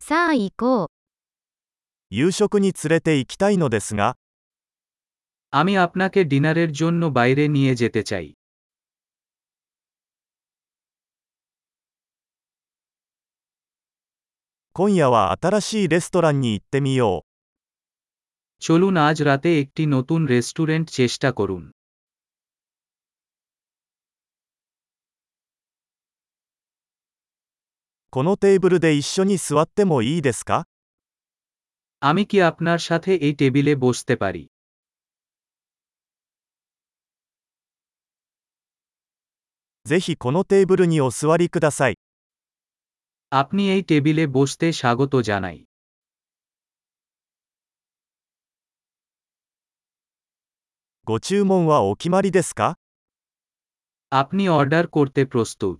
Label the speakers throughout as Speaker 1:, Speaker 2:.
Speaker 1: さあ行こう。
Speaker 2: 夕食に連れて行きたいのですが、
Speaker 3: আমি আপনাকে ডিনারের জন্য বাইরে নিয়ে যেতে চাই
Speaker 2: 今夜は新しいレストランに行ってみよう。
Speaker 3: চলুন আজ রাতে একটি নতুন রেস্টুরেন্ট চেষ্টা করুন
Speaker 2: このテーブルで一緒に座ってもいいですか
Speaker 3: আমি কি আপনার সাথে এই টেবিলে বসতে পারি
Speaker 2: ぜひこのテーブルにお座りください。
Speaker 3: আপনি এই টেবিলে বসতে স্বাগত জানাই
Speaker 2: ご注文はお決まりですか
Speaker 3: আপনি অর্ডার করতে প্রস্তুত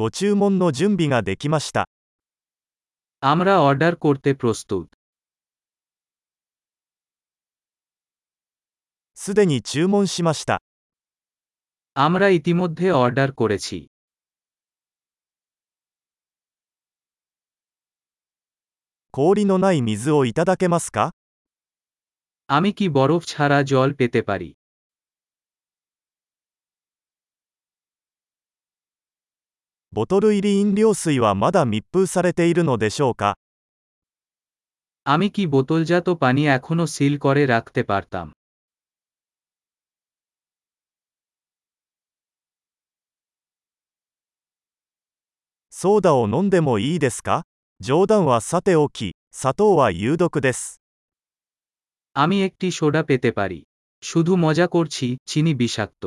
Speaker 2: ご注文の準備ができました。
Speaker 3: আমরা অর্ডার করতে প্রস্তুত
Speaker 2: すでに注文しました。
Speaker 3: আমরা ইতিমধ্যে অর্ডার করেছি
Speaker 2: 氷のない水をいただけますか
Speaker 3: আমি কি বরফ ছাড়া জল পেতে পারি
Speaker 2: ボトル入り飲料水はまだ密封されているのでしょうか
Speaker 3: আমি কি বোতলজাত পানি এখনও সিল করে রাখতে পারতাম
Speaker 2: ソーダを飲んでもいいですか冗談はさておき、砂糖は有毒です。
Speaker 3: আমি একটি সোডা পেতে পারি শুধু মজা করছি চিনি বিষাক্ত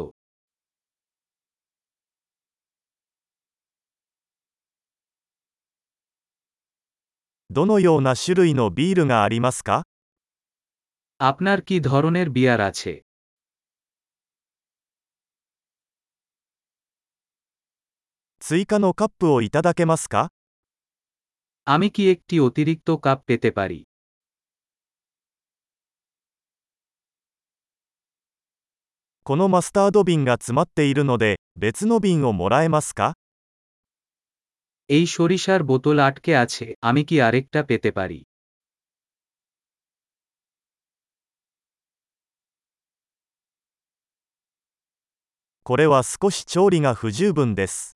Speaker 2: どのような種類のビールがありますか
Speaker 3: আপনার কি ধরনের বিয়ার আছে
Speaker 2: 追加のカップをいただけますか
Speaker 3: আমি কি একটি অতিরিক্ত কাপ পেতে পারি
Speaker 2: このマスタード瓶が詰まっているので、別の瓶をもらえますか
Speaker 3: এই সরিষার বোতল আটকে আছে আমি কি আরেকটা পেতে পারি
Speaker 2: これは少し調理が不十分です。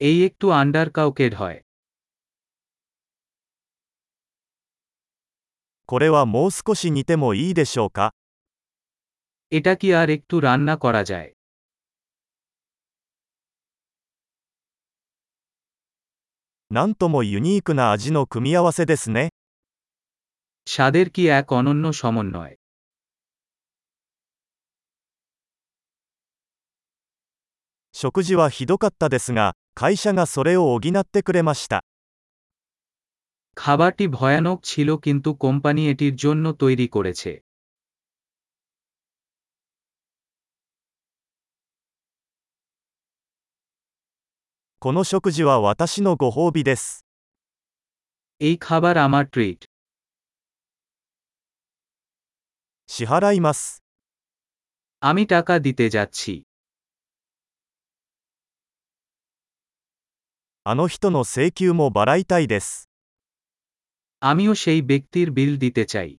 Speaker 3: এই একটু আন্ডার কাউকেড হয়
Speaker 2: これはもう少し煮てもいいでしょうか
Speaker 3: এটা কি আর একটু রান্না করা যায়
Speaker 2: なんともユニークな味の組み合わせですね。
Speaker 3: স্বাদের কি এক অনন্য সমন্বয়
Speaker 2: 食事はひどかったですが、会社がそれを補ってくれました。
Speaker 3: খাবারটি ভয়ানক ছিল কিন্তু কোম্পানি এটির জন্য তৈরি করেছে
Speaker 2: この食事は私のご褒美です。
Speaker 3: এই খাবার আমার ট্রিট
Speaker 2: 支払います。
Speaker 3: আমি টাকা দিতে যাচ্ছি
Speaker 2: あの人の請求も払いたいです。
Speaker 3: আমিও সেই ব্যক্তির বিল দিতে চাই